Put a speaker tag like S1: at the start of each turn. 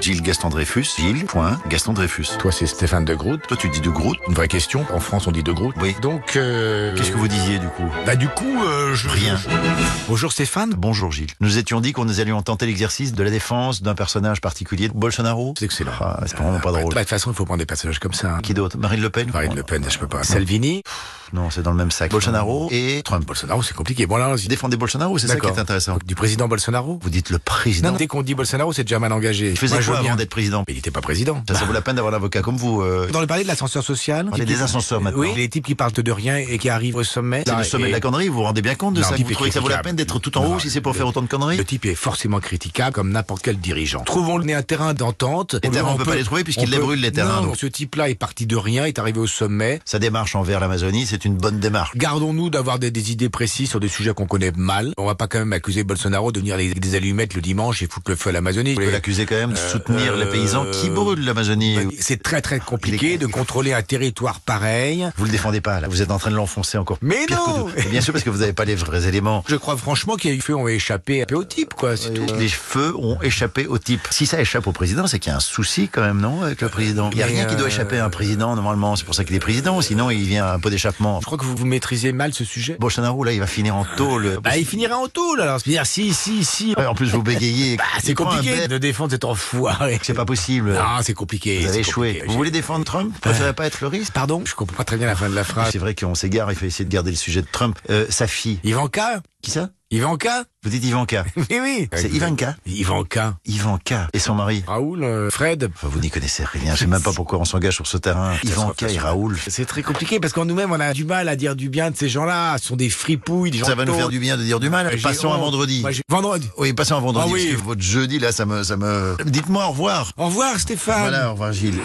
S1: Gilles Gaston Dreyfus. Gilles. Point. Gaston Dreyfus.
S2: Toi, c'est Stéphane de Groot.
S1: Toi, tu dis de Groot.
S2: Une vraie question. En France, on dit de Groot.
S1: Oui.
S2: Donc, euh,
S1: Qu'est-ce que vous disiez du coup
S2: Bah, du coup, euh, je.
S1: Rien.
S2: Bonjour Stéphane.
S1: Bonjour Gilles. Nous étions dit qu'on nous allions tenter l'exercice de la défense d'un personnage particulier. Bolsonaro
S2: C'est excellent.
S1: Ah, c'est vraiment pas
S2: Bah,
S1: drôle.
S2: bah, de toute façon, il faut prendre des personnages comme ça. hein.
S1: Qui d'autre Marine Le Pen
S2: Marine Le Pen, je peux pas. Salvini.
S1: Non, c'est dans le même sac. Bolsonaro et Trump.
S2: Bolsonaro, c'est compliqué. Bon, là, on se dit-
S1: Défendez Bolsonaro, c'est ça qui
S2: D'accord.
S1: est intéressant.
S2: Du président Bolsonaro
S1: Vous dites le
S2: Non,
S1: président.
S2: dès qu'on dit Bolsonaro, c'est déjà mal engagé.
S1: Il faisait
S2: Moi, je
S1: quoi
S2: veux bien.
S1: avant d'être président
S2: Mais il n'était pas président.
S1: ça, ça vaut la peine d'avoir un avocat comme vous. euh.
S2: Dans le palais de l'ascenseur social.
S1: On a des ascenseurs maintenant.
S2: Oui, les types qui parlent de rien et qui arrivent au sommet.
S1: C'est
S2: Là,
S1: le sommet
S2: et-
S1: de la connerie, vous vous rendez bien compte de
S2: Non,
S1: ça
S2: type
S1: Vous trouvez que ça vaut la peine
S2: critiquable.
S1: d'être tout en haut
S2: Non,
S1: si c'est pour
S2: le-
S1: faire autant de conneries
S2: Le type est forcément critiquable comme n'importe quel dirigeant. Trouvons-lui un terrain d'entente.
S1: Les terrains, on peut pas les trouver puisqu'il
S2: on
S1: les
S2: peut-
S1: brûle, les terrains,
S2: Non,
S1: donc.
S2: ce type-là est parti de rien, est arrivé au sommet.
S1: Sa démarche envers l'Amazonie, c'est une bonne démarche.
S2: Gardons-nous d'avoir des, des idées précises sur des sujets qu'on connaît mal. On va pas quand même accuser Bolsonaro de venir avec des allumettes le dimanche et foutre le feu à l'Amazonie.
S1: Vous pouvez l'accuser quand même de soutenir
S2: euh, bah,
S1: les paysans qui brûlent l'Amazonie.
S2: C'est très très compliqué
S1: Il est-
S2: de contrôler un territoire pareil.
S1: Vous le défendez pas, là. Vous êtes en train de l'enfoncer encore.
S2: Mais
S1: pire que
S2: non
S1: nous. Et Bien sûr, parce que vous n'avez pas les vrais éléments.
S2: Je crois franchement qu'il y a eu feu, on a échappé un peu au type, quoi, c'est tout.
S1: Les feux ont échappé au type. Si ça échappe au président, c'est qu'il y a un souci quand même, non, avec le président Il n'y a
S2: Mais,
S1: rien qui doit
S2: euh,
S1: échapper à un président, normalement. C'est pour ça qu'il est président, sinon il vient un peu d'échappement.
S2: Je crois que vous, vous maîtrisez mal ce sujet.
S1: Bolsonaro, là, il va finir en tôle.
S2: Bah, il finira en tôle, alors. C'est-à-dire, si, si, si.
S1: Ouais, En plus, vous bégayez.
S2: Ah, c'est
S1: Il prend un
S2: compliqué
S1: bec.
S2: de défendre cet enfoiré.
S1: C'est pas possible.
S2: Ah, c'est compliqué.
S1: Vous
S2: c'est
S1: avez échoué.
S2: compliqué.
S1: Vous voulez défendre Trump Vous préférez pas être le risque
S2: Pardon Je comprends pas très bien la fin de la phrase.
S1: C'est vrai qu'on s'égare, il faut essayer de garder le sujet de Trump. Euh, sa fille.
S2: Ivanka
S1: Qui ça
S2: Ivanka
S1: Vous dites Ivanka.
S2: Mais oui
S1: C'est Ivanka.
S2: Ivanka.
S1: Ivanka et son mari.
S2: Raoul, euh, Fred
S1: Enfin, vous n'y connaissez rien. Je sais même pas pourquoi on s'engage sur ce terrain. Ivanka et Raoul.
S2: c'est très compliqué parce qu'en nous-mêmes, on a du mal à dire du bien de ces gens-là. Ce sont des fripouilles, des gens Euh,
S1: Ça va nous faire du bien de dire du mal.
S2: J'ai
S1: Passons à
S2: honte.
S1: vendredi.
S2: Moi, j'ai- vendredi.
S1: Oui, passons à vendredi.
S2: Ah oui.
S1: parce que votre jeudi, là, ça me, ça me. Dites-moi au revoir.
S2: Ah. Au revoir, Stéphane.
S1: Voilà, au revoir, Gilles.